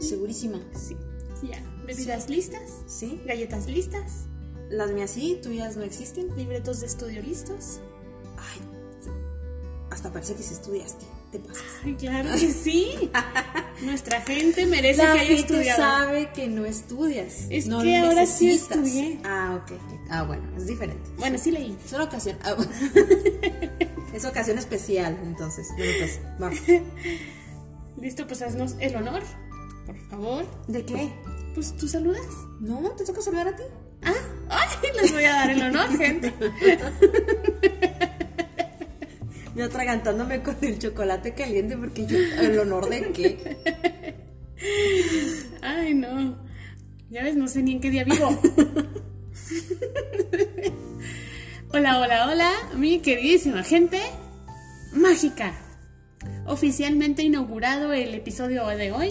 Segurísima. Sí. Ya. ¿Bebidas listas? ¿Sí? ¿Galletas listas? Las mías sí, tuyas no existen. ¿Libretos de estudio listos? Ay, hasta parece que sí estudiaste. Te pasas. Ay, claro que sí. Nuestra gente merece La que haya gente estudiado. sabe que no estudias. Es no que ahora sí necesitas. estudié. Ah, ok. Ah, bueno, es diferente. Bueno, sí leí. Es una ocasión. ah, bueno. es ocasión especial, entonces. Bueno, pues, vamos. Listo, pues haznos el honor, por favor. ¿De qué? Pues tú saludas. No, te toca saludar a ti. Ah, ay, les voy a dar el honor, gente. Yo atragantándome con el chocolate caliente porque yo. ¿El honor de qué? Ay, no. Ya ves, no sé ni en qué día vivo. hola, hola, hola, mi queridísima gente mágica. Oficialmente inaugurado el episodio de hoy.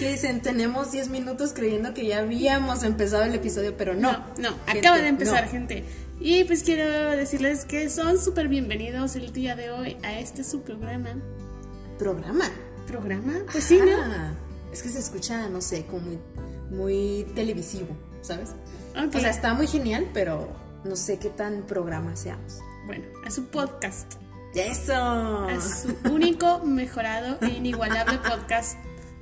Que dicen, tenemos 10 minutos creyendo que ya habíamos empezado el episodio, pero no. no, Gente, acaba de empezar, no. gente. Y pues quiero decirles que son súper bienvenidos el día de hoy a este su programa. Programa. ¿Programa? Pues sí, ¿no? Ah, Es que se escucha, no sé, como muy, muy televisivo, ¿sabes? Ok. O sea, está muy genial, pero no sé qué tan programa seamos. Bueno, a su podcast. ¡Eso! Ah. A su único, mejorado e inigualable podcast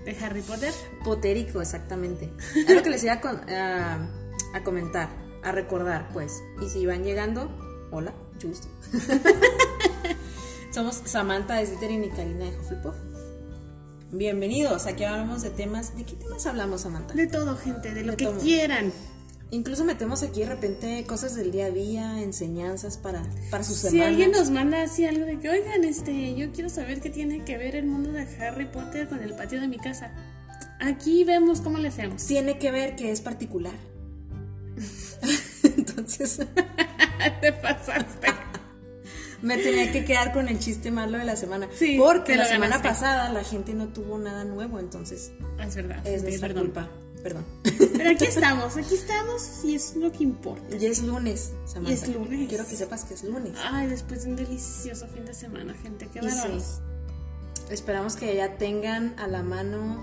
de Harry Potter. Potérico, exactamente. Es lo que les iba a, con- a- a comentar, a recordar, pues. Y si van llegando, hola, mucho gusto. Somos Samantha de Slytherin y Karina de Hufflepuff. Bienvenidos, aquí hablamos de temas... ¿De qué temas hablamos, Samantha? De todo, gente, de lo De que todo. quieran. Incluso metemos aquí de repente cosas del día a día, enseñanzas para, para su Si semana. alguien nos manda así algo de que, oigan, este, yo quiero saber qué tiene que ver el mundo de Harry Potter con el patio de mi casa. Aquí vemos cómo le hacemos. Tiene que ver que es particular. Entonces... Te pasaste. Me tenía que quedar con el chiste malo de la semana. Sí, porque te lo la semana ganaste. pasada la gente no tuvo nada nuevo, entonces Ah, Es verdad. es sí, nuestra perdón. culpa. Perdón. Pero aquí estamos, aquí estamos y es lo que importa. Ya es lunes, Samantha. Y es lunes. Quiero que sepas que es lunes. Ay, después de un delicioso fin de semana, gente, qué Y sí, bárbaros. Esperamos que ya tengan a la mano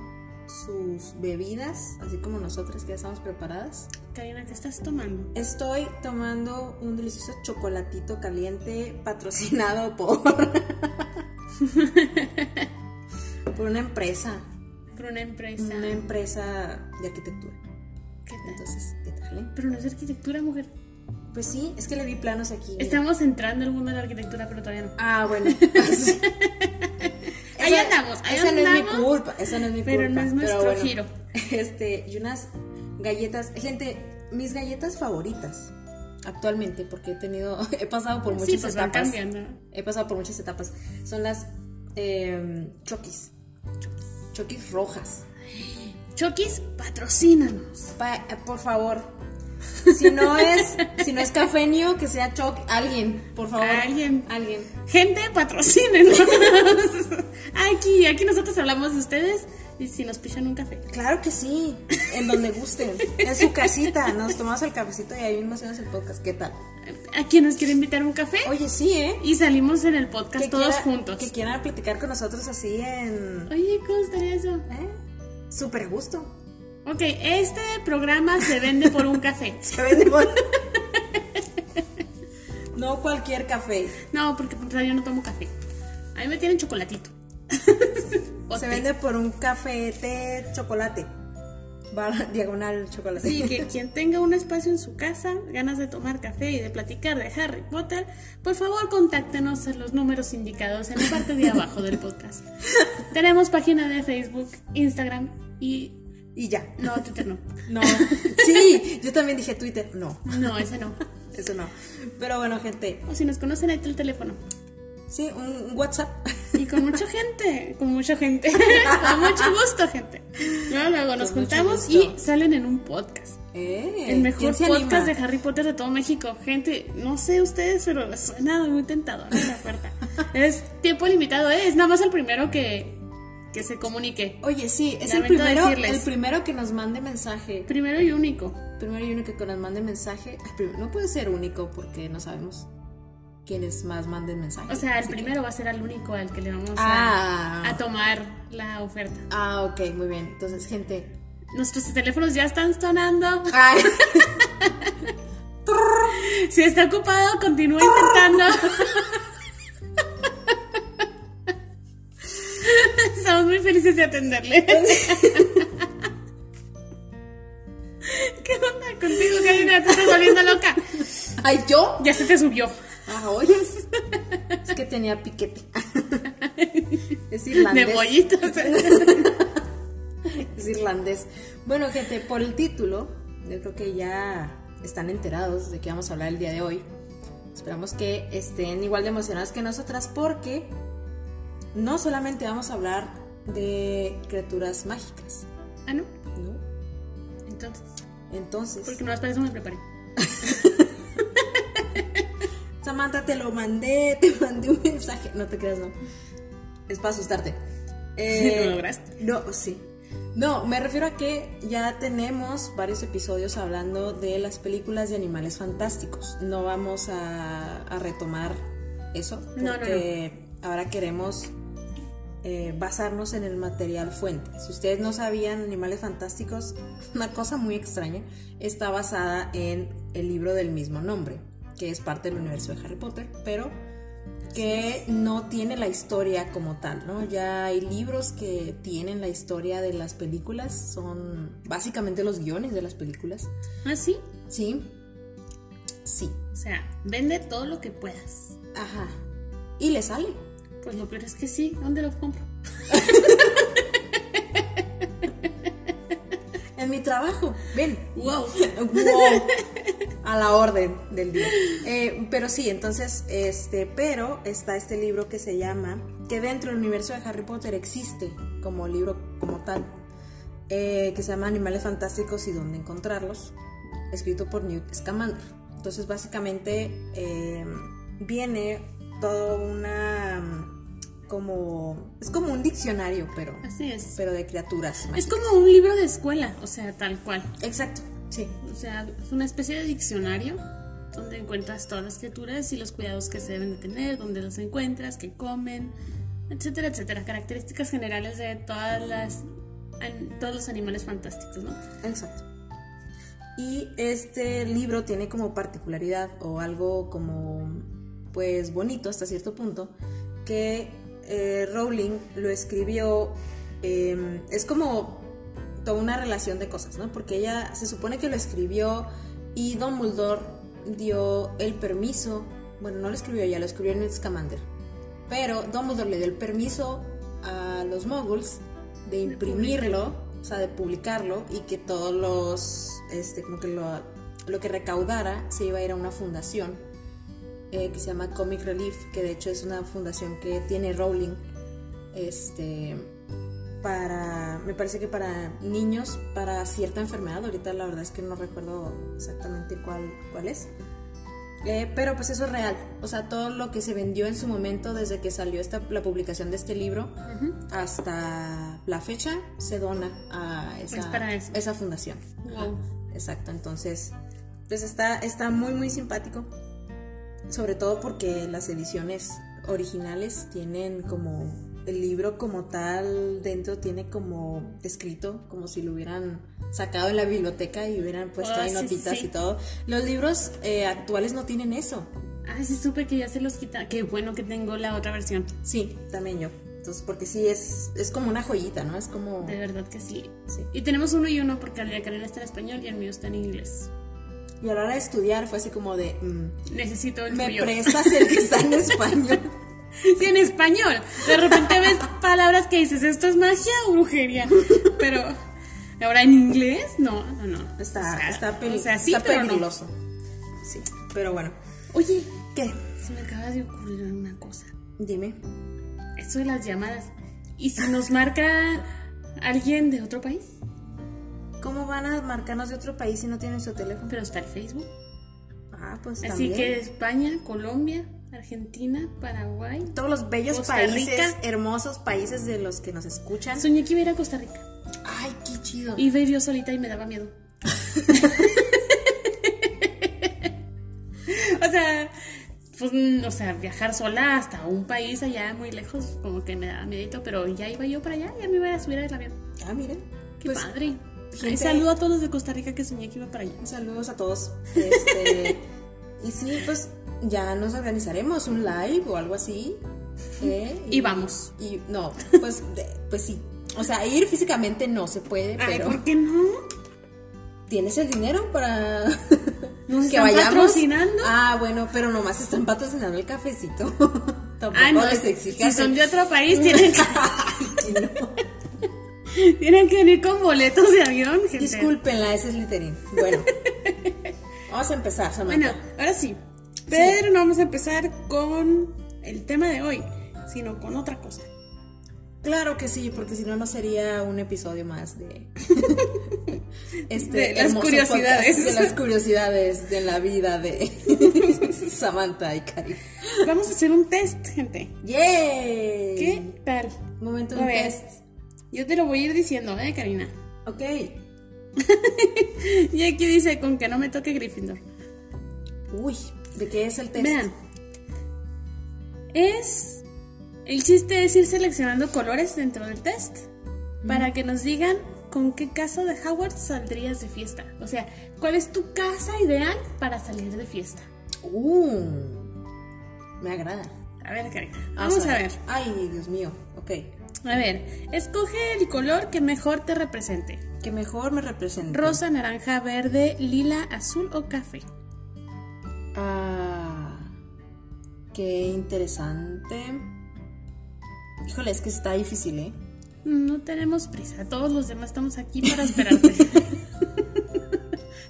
sus bebidas, así como nosotras que ya estamos preparadas. Karina, ¿qué estás tomando? Estoy tomando un delicioso chocolatito caliente patrocinado por por una empresa, Por una empresa. una em- empresa de arquitectura. ¿Qué tal? Entonces, ¿qué tal? eh? Pero no es arquitectura, mujer. Pues sí, es que le vi planos aquí. mira. Estamos entrando al mundo de la arquitectura, pero todavía no. Ah, bueno. Esa- Ahí andamos, ahí esa no es mi andamos. culpa, esa no es mi Pero culpa. no es nuestro bueno, giro. Este, y unas galletas, gente, mis galletas favoritas actualmente, porque he tenido, he pasado por muchas Sí, pues van etapas. cambiando. He pasado por muchas etapas. Son las eh, choquis. Choquis rojas. Chokis, patrocínanos. Pa- eh, por favor. Si no es, si no es cafenio, que sea choc, alguien, por favor. Alguien. Alguien. Gente, patrocínenos. aquí, aquí nosotros hablamos de ustedes y si nos pichan un café. Claro que sí, en donde gusten, en su casita, nos tomamos el cafecito y ahí mismo hacemos el podcast, ¿qué tal? ¿A quién nos quiere invitar un café? Oye, sí, ¿eh? Y salimos en el podcast Que todos quiera- juntos. Que quieran platicar con nosotros así en... Oye, ¿cómo estaría eso? ¿eh? Súper a gusto. Ok, este programa se vende por un café. Se vende por- no cualquier café, No, porque por ejemplo, yo no tomo café. A mí me tienen chocolatito. O se té. vende por un café, té, chocolate, Bar- diagonal chocolate. Sí, que quien tenga un espacio en su casa, ganas de tomar café y de platicar de Harry Potter, por favor contáctenos en los números indicados en la parte de abajo del podcast. Tenemos página de Facebook, Instagram y... Y ya. No, Twitter no. No. Sí, yo también dije Twitter, no, No, ese no. eso no. Pero bueno, gente, O si nos conocen, ahí está el teléfono. sí, un un WhatsApp. Y con mucha gente, con mucha gente, con mucho gusto, gente. Luego, luego nos Con mucho juntamos y gusto. salen en un podcast. Eh, El mejor ¿quién se podcast anima? de Harry Potter de todo México. Gente, no sé ustedes, pero suena muy tentador la oferta. es tiempo limitado, ¿eh? es nada más el primero que, que se comunique. Oye, sí, es el Lamento primero, decirles. el primero que nos mande mensaje. Primero y único. Primero y único que nos mande mensaje. Ay, pero No puede ser único porque no sabemos. quienes más manden mensajes. O sea, el Así que- primero va a ser al único al que le vamos Ah. a, a tomar la oferta. Ah, ok, muy bien. Entonces, gente. Nuestros teléfonos ya están sonando. Ay, Si está ocupado, continúa intentando. Estamos muy felices de atenderle. ¿Qué onda contigo, Karina? Te estás volviendo loca. ay, yo. Ya se te subió. Ah, oyes. Es que tenía piquete. Es irlandés. De bollitos. Es irlandés. Bueno, gente, por el título, yo creo que ya están enterados de qué vamos a hablar el día de hoy. Esperamos que estén igual de emocionados que nosotras porque no solamente vamos a hablar de criaturas mágicas, Ah, ¿no? ¿no? Entonces, Entonces, porque no para eso me preparé. Samantha, te lo mandé, te mandé un mensaje. No te creas, no. Es para asustarte. Eh, Lo lograste. No, pues sí. No, me refiero a que ya tenemos varios episodios hablando de las películas de animales fantásticos. No vamos a, a retomar eso No, no, no. porque ahora queremos eh, basarnos en el material fuente. Si ustedes no sabían, Animales Fantásticos, una cosa muy extraña, está basada en el libro del mismo nombre, que es parte del universo de Harry Potter, pero que no tiene la historia como tal, ¿no? Ya hay libros que tienen la historia de las películas, son básicamente los guiones de las películas. Ah, sí. Sí, sí, O sea, vende todo lo que puedas. ajá. Y le sale. Pues lo peor es que sí. ¿Dónde lo compro? En mi trabajo, ven, ¡Wow! Wow. A la orden del día. Eh, pero sí, entonces, este, pero está este libro que se llama, que dentro del universo de Harry Potter existe como libro como tal, eh, que se llama Animales Fantásticos y dónde encontrarlos, escrito por Newt Scamander. Entonces, básicamente, eh, viene todo una, mm, como, es como un diccionario, pero, Así es. pero de criaturas. Es mágicas. como un libro de escuela, o sea, tal cual. Exacto, sí. O sea, es una especie de diccionario donde encuentras todas las criaturas y los cuidados que se deben de tener, dónde las encuentras, qué comen, etcétera, etcétera. Características generales de todas las an- todos los animales fantásticos, ¿no? Exacto. Y este libro tiene como particularidad o algo como, pues, bonito hasta cierto punto, que eh, Rowling lo escribió, eh, es como toda una relación de cosas, ¿no? Porque ella se supone que lo escribió y Don Muldor dio el permiso, bueno, no lo escribió ella, lo escribió Ned Scamander, pero Dumbledore le dio el permiso a los moguls de imprimirlo, o sea, de publicarlo y que todos los, este, como que lo, lo que recaudara se iba a ir a una fundación eh, que se llama Comic Relief, que de hecho es una fundación que tiene Rowling, este, para, me parece que para niños, para cierta enfermedad, ahorita la verdad es que no recuerdo exactamente cuál, cuál es. Eh, pero pues eso es real. O sea, todo lo que se vendió en su momento desde que salió esta, la publicación de este libro hasta la fecha se dona a esa, Es Pues, para eso. esa fundación. Wow. Ajá, Exacto. Entonces, pues está, está muy, muy simpático. Sobre todo porque las ediciones originales tienen como el libro como tal dentro tiene como escrito, como si lo hubieran sacado en la biblioteca y hubieran puesto Ah, ahí sí, notitas sí. y todo. Los libros eh, actuales no tienen eso. Ah, sí supe que ya se los quita. Qué bueno que tengo la otra versión. Sí, también yo. Entonces, porque sí es, es como una joyita, ¿no? Es como. De verdad que sí. sí. Y tenemos uno y uno porque el de Karina está en español y el mío está en inglés. Y a la hora de estudiar fue así como de. mm, Necesito el Me tuyo. prestas el que está en español. Sí, en español. De repente ves palabras que dices, esto es magia o brujería. Pero ahora en inglés, no, no, no. Está, O sea, está, peli- o sea, sí, está pero no. peligroso. Sí, pero bueno. Oye, ¿qué? Se me acaba de ocurrir una cosa. Dime. Eso de las llamadas. ¿Y si nos marca alguien de otro país? ¿Cómo van a marcarnos de otro país si no tienen su teléfono? Pero está el Facebook. Ah, pues Así también. que España, Colombia, Argentina, Paraguay. Todos los bellos Costa países, Rica. hermosos países de los que nos escuchan. Soñé que iba a ir a Costa Rica. Ay, qué chido. Iba a ir yo solita y me daba miedo. o sea, pues, o sea, viajar sola hasta un país allá muy lejos, como que me daba miedito, pero ya iba yo para allá, ya me iba a subir al avión. Ah, mira. Qué Pues, padre. gente- Ay, saludo a todos los de Costa Rica que soñé que iba para allá. Saludos a todos. Este, y sí, pues ya nos organizaremos un live o algo así. ¿eh? Y vamos. Y no, pues, de- pues sí. O sea, ir físicamente no se puede, Ay, pero ¿por qué no? ¿tienes el dinero para ¿Nos que están vayamos? patrocinando? Ah, bueno, pero nomás están patrocinando el cafecito. Tampoco Ay, Ah, no, les si exijas. son de otro país, tienen Ay, no. que, tienen que venir con boletos de avión, gente. Discúlpenla, ese es Literín. Bueno, vamos a empezar, Samantha. Bueno, ahora sí. Pero no vamos a empezar con el tema de hoy, sino con otra cosa. Claro que sí, porque si no, no sería un episodio más de. este De las hermoso curiosidades. podcast, de las curiosidades de la vida de Samantha y Cari. Vamos a hacer un test, gente. ¡Yay! ¿Qué tal? Momento A de ver. test. Yo te lo voy a ir diciendo, ¿eh, Karina? Ok. Y aquí dice, con que no me toque Gryffindor. Uy, ¿de qué es el test? Vean. Es... El chiste es ir seleccionando colores dentro del test para que nos digan con qué casa de Howard saldrías de fiesta. O sea, ¿cuál es tu casa ideal para salir de fiesta? Uh, me agrada. A ver, Karina. Vamos a ver. Ay, Dios mío. Ok. A ver, escoge el color que mejor te represente. Que mejor me representa. Rosa, naranja, verde, lila, azul o café. Ah, qué interesante. Híjole, es que está difícil, ¿eh? No tenemos prisa, todos los demás estamos aquí para esperarte.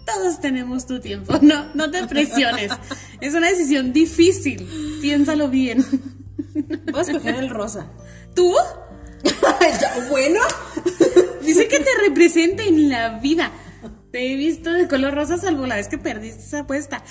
todos tenemos tu tiempo, no, no te presiones. Es una decisión difícil, piénsalo bien. Voy a escoger el rosa. ¿Tú? Ya, bueno, Dice que te represente en la vida. Te he visto de color rosa salvo la vez que perdiste esa apuesta.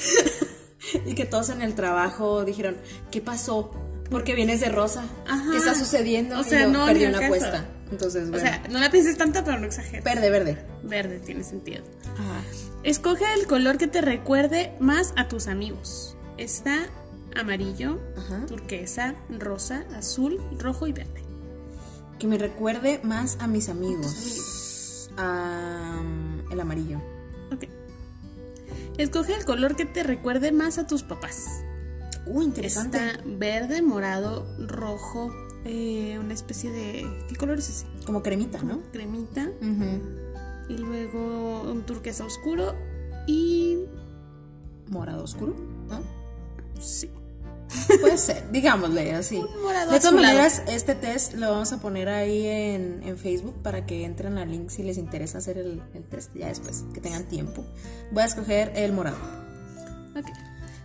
y que todos en el trabajo dijeron, ¿qué pasó? ¿Por qué vienes de rosa? Ajá. ¿Qué está sucediendo? O Y sea, yo no, perdí ni al una caso. apuesta. Entonces, bueno. O sea, no la pienses tanto, pero no exageres. verde, verde. Verde tiene sentido. Ah. Escoge el color que te recuerde más a tus amigos. Está amarillo, Ajá. turquesa, rosa, azul, rojo y verde. Que me recuerde más a mis amigos. mm, Am, el amarillo. Ok. Escoge el color que te recuerde más a tus papás. Uh, interesante. Está verde, morado, rojo, eh, una especie de... ¿Qué color es ese? Como cremita, ¿no? Cremita. Ujú. Y luego un turquesa oscuro y... Morado oscuro, ¿no? Sí. Puede ser, digámosle así. Un morado De todas azulado. maneras, este test lo vamos a poner ahí en, en Facebook para que entren al link si les interesa hacer el, el test ya después, que tengan tiempo. Voy a escoger el morado. Ok.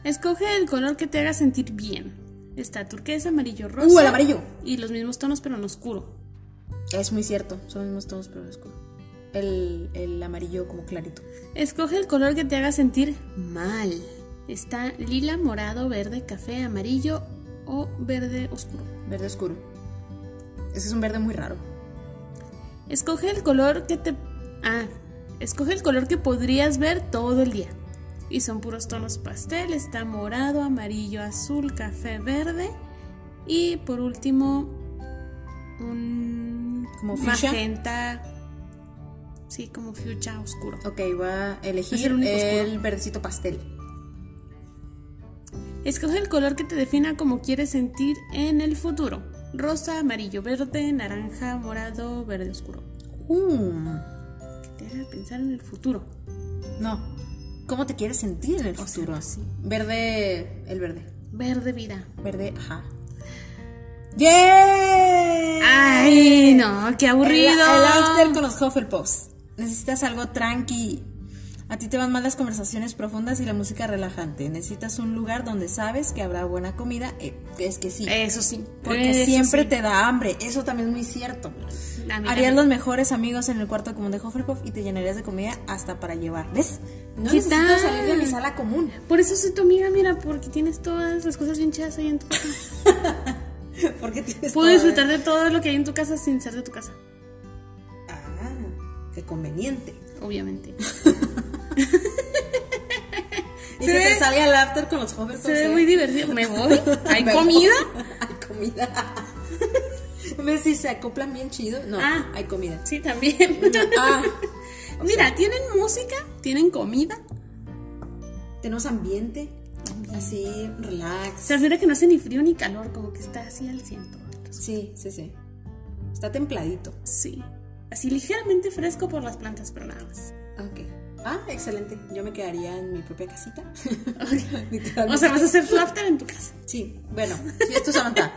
Escoge el color que te haga sentir bien. Está turquesa, amarillo, rosa. ¡Uh, el amarillo! Y los mismos tonos, pero en oscuro. Es muy cierto, son los mismos tonos, pero oscuro. El, el amarillo como clarito. Escoge el color que te haga sentir mal. Está lila, morado, verde, café, amarillo o verde oscuro. Verde oscuro. Ese es un verde muy raro. Escoge el color que te... Ah, escoge el color que podrías ver todo el día. Y son puros tonos pastel. Está morado, amarillo, azul, café, verde. Y por último, un... ¿Como fucsia? magenta. Sí, como fuchsia oscuro. Ok, voy a elegir el el, único oscuro. verdecito pastel. Escoge el color que te defina como quieres sentir en el futuro. Rosa, amarillo, verde, naranja, morado, verde oscuro. Uh, Que te haga pensar en el futuro. no. ¿Cómo te quieres sentir en el sea, futuro? pues sí. Verde, el verde. Verde vida. Verde, ajá. ¡Yay! Ay, no, qué El, aburrido. el after con los Hufflepuffs. Necesitas algo tranqui. A ti te van mal las conversaciones profundas y la música relajante. Necesitas un lugar donde sabes que habrá buena comida. Eh, es que sí. Eso sí. porque eso siempre sí. te da hambre. Eso también es muy cierto. A mí Harías también. los mejores amigos en el cuarto común de Hufflepuff y te llenarías de comida hasta para llevar. ¿Ves? No ¿Qué necesito tal? salir de mi sala común. Por eso soy tu amiga, mira, porque tienes todas las cosas bien chidas ahí en tu casa. Porque tienes Puedo todo- disfrutar de todo lo que hay en tu casa sin ser de tu casa, Ah, qué conveniente. obviamente. Y Se que ve- te salga el after con los hobbits. Se ve muy divertido. Me voy. ¿Hay comida? Hay comida. ¿Ves si se acoplan bien chido? No, Ah. hay comida. Sí, también. Ah, Mira, tienen música, tienen comida. tenemos ambiente. Así, relax. O sea, mira que no hace ni frío ni calor, como que está así al ciento. Sí, sí, sí. Está templadito. Sí. Así ligeramente fresco por las plantas, pero nada más. Ok. Ah, excelente. Yo me quedaría en mi propia casita. O Literalmente. sea, vas a hacer tu after en tu casa. Sí, bueno, sí, esto es Samantha.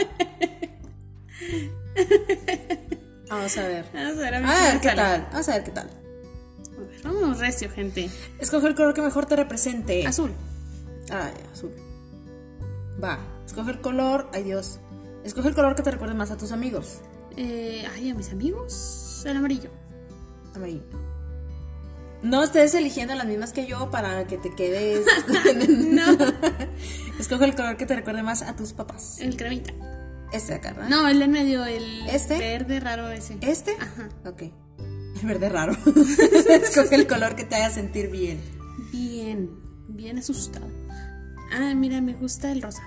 Vamos a ver. Vamos a ver, a ver A si ver me qué sale. tal. Vamos a ver qué tal. A ver, Vamos recio, gente. Escoge el color que mejor te represente. Azul. Ay, azul. Va. Escoge el color. Ay, Dios. Escoge el color que te recuerde más a tus amigos. Eh, ay, a mis amigos. El amarillo. Amarillo. No estés eligiendo las mismas que yo para que te quedes. no. Escoge el color que te recuerde más a tus papás. El cremita. Este de acá, ¿verdad? No, el del medio, el ¿Este? verde raro ese. ¿Este? Ajá. Ok. El verde raro. Escoge el color que te haga sentir bien. Bien, bien asustado. Ah, mira, me gusta el rosa.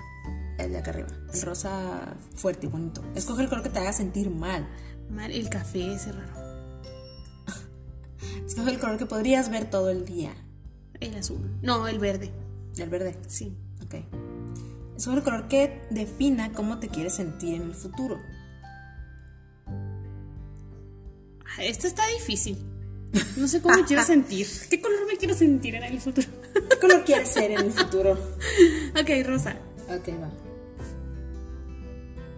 El de acá arriba. El rosa fuerte y bonito. Escoge el color que te haga sentir mal. Mal, el café ese raro. Escoge el color que podrías ver todo el día. El azul. No, el verde. El verde. Sí. Ok. Escoge el color que defina cómo te quieres sentir en el futuro. Ah, Este está difícil. No sé cómo me quiero sentir. ¿Qué color me quiero sentir en el futuro? ¿Qué color quieres ser en el futuro? ok, rosa. Ok, va.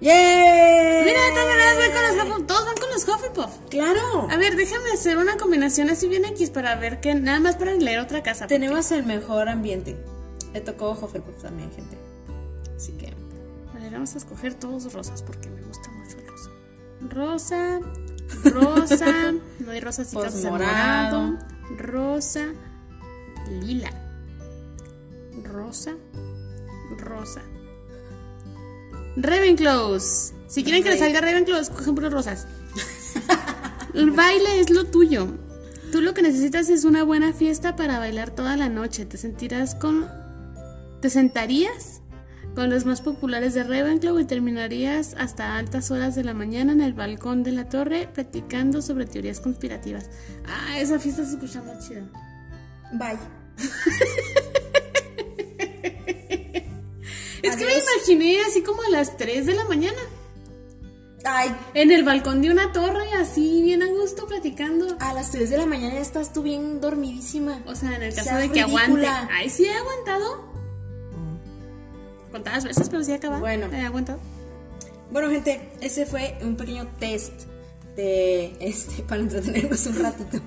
¡Yay! Mira, de todas maneras voy con los Hufflepuff. Todos van con los Hufflepuff. ¡Claro! A ver, déjame hacer una combinación así bien X para ver que nada más para leer otra casa. Tenemos el mejor ambiente. Le tocó Hufflepuff también, gente. Así que... A ver, vamos a escoger todos rosas porque me gusta mucho el rosa. Rosa, rosa, no hay rosasitas Pues de morado. morado, rosa, lila, rosa, rosa. Ravenclaws. Si quieren que les salga Ravenclaws, cogen puras rosas. El baile es lo tuyo. Tú lo que necesitas es una buena fiesta para bailar toda la noche. Te sentirás con. Te sentarías con los más populares de Ravenclaw y terminarías hasta altas horas de la mañana en el balcón de la torre platicando sobre teorías conspirativas. Ah, esa fiesta se escucha muy chida. Bye. Es que me Adiós. imaginé así como a las 3 de la mañana. Ay, En el balcón de una torre, así bien a gusto platicando. a las 3 de la mañana ya estás tú bien dormidísima. O sea, en el caso Sea de que aguante. ridícula. Ay, sí he aguantado. Contadas veces, pero sí acaba. Bueno. He aguantado. Bueno, gente, ese fue un pequeño test de este para entretenernos un ratito.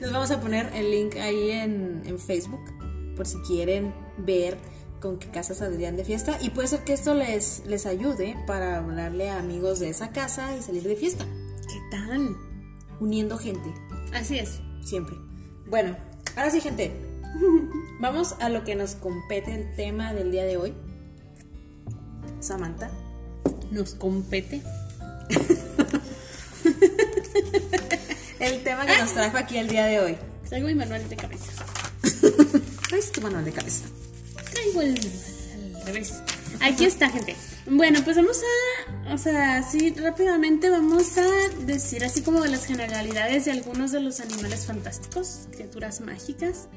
Les vamos a poner el link ahí en, en Facebook por si quieren ver con qué casa saldrían de fiesta. Y puede ser que esto les, les ayude para hablarle a amigos de esa casa y salir de fiesta, ¿Qué tal? uniendo gente Así es. siempre. Bueno, ahora sí, gente. Vamos a lo que nos compete el tema del día de hoy. Samantha. Nos compete. El tema que nos trajo aquí el día de hoy. Traigo mi manual de cabeza. es tu manual de cabeza. Traigo el manual al revés. Aquí está, gente. Bueno, pues vamos a. O sea, así rápidamente vamos a decir así como las generalidades de algunos de los animales fantásticos, criaturas mágicas.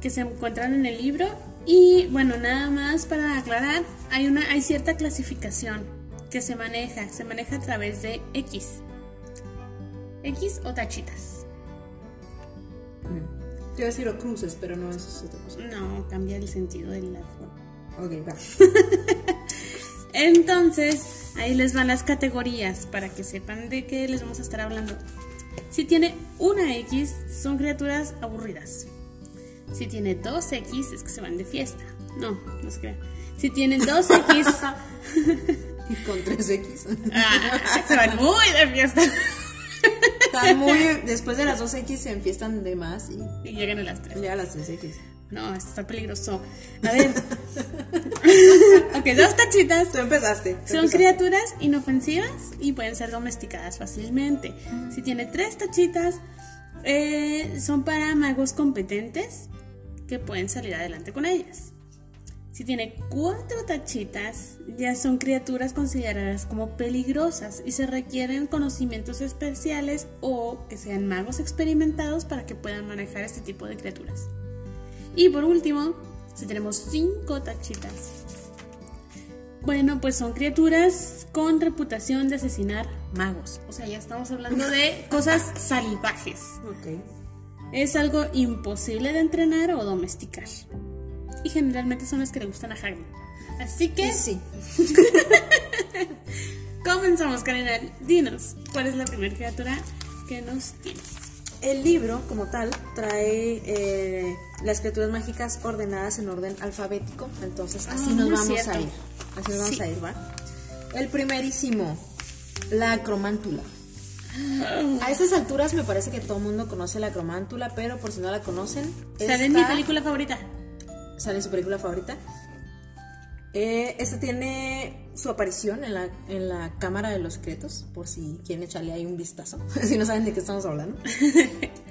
que se encuentran en el libro. Y bueno, nada más para aclarar, hay, una, hay cierta clasificación que se maneja, se maneja a través de X. X o tachitas. Mm. Yo iba a decir o cruces, pero no, eso es otra cosa. No, cambia el sentido de la forma. Ok, va. Entonces, ahí les van las categorías para que sepan de qué les vamos a estar hablando. Si tiene una X, son criaturas aburridas. Si tiene dos X, es que se van de fiesta. No, no se crean. Si tiene dos X, Y con 3X. Ah, se van muy de fiesta. Están muy. Después de las 2X se enfiestan de más y Y llegan a las 3. llega a las 3X. No, esto está peligroso. A ver. ok, dos tachitas. Tú empezaste. tú Son empezaste. criaturas inofensivas y pueden ser domesticadas fácilmente. Si tiene tres tachitas, eh, son para magos competentes que pueden salir adelante con ellas. Si tiene cuatro tachitas, ya son criaturas consideradas como peligrosas y se requieren conocimientos especiales o que sean magos experimentados para que puedan manejar este tipo de criaturas. Y por último, si tenemos cinco tachitas, bueno, pues son criaturas con reputación de asesinar magos. O sea, ya estamos hablando de cosas salvajes. Ok. Es algo imposible de entrenar o domesticar. Y generalmente son las que le gustan a Harry. Así que Y sí. comenzamos, Karina. Dinos, ¿cuál es la primera criatura que nos tienes? El libro, como tal, trae eh, las criaturas mágicas ordenadas en orden alfabético. Entonces, Ah, así nos muy vamos cierto. a ir. Así nos vamos Sí. a ir, ¿va? El primerísimo, la acromántula. A estas alturas me parece que todo el mundo conoce la acromántula, pero por si no la conocen, Sale en mi esta- película favorita. sale en su película favorita. Eh, esta tiene su aparición en la, en la Cámara de los Secretos, por si quieren echarle ahí un vistazo, si no saben de qué estamos hablando.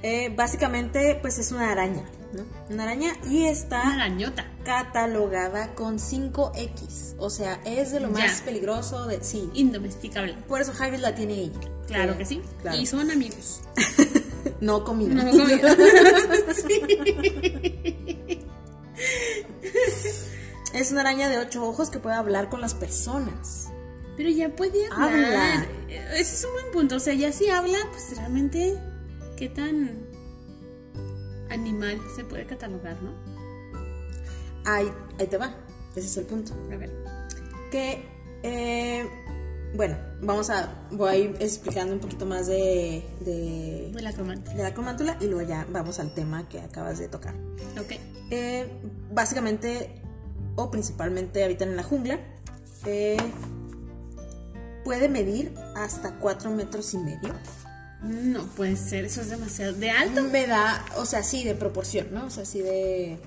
Eh, básicamente, pues es una araña, ¿no? Una araña y Una está arañota. catalogada con 5X, o sea, es de lo más Ya. peligroso de... Sí, Indomesticable. por eso Hagrid la tiene ella. Claro Eh, que sí. claro. Y son amigos. No comida. No, comida. Es una araña de ocho ojos que puede hablar con las personas. Pero ya puede hablar. Habla. Eh, Ese es un buen punto. O sea, ya si habla, pues realmente, ¿qué tan animal se puede catalogar, no? Ahí, ahí te va. Ese es el punto. A ver. Que, eh, bueno, vamos a, voy a ir explicando un poquito más de, de, Muy lacrimante. de la cromántula y luego ya vamos al tema que acabas de tocar. Ok. Eh, básicamente, o principalmente, habitan en la jungla. Eh, puede medir hasta 4 metros y medio. No puede ser, eso es demasiado. De alto. Me da, o sea, sí, de proporción, ¿no? O sea, sí de,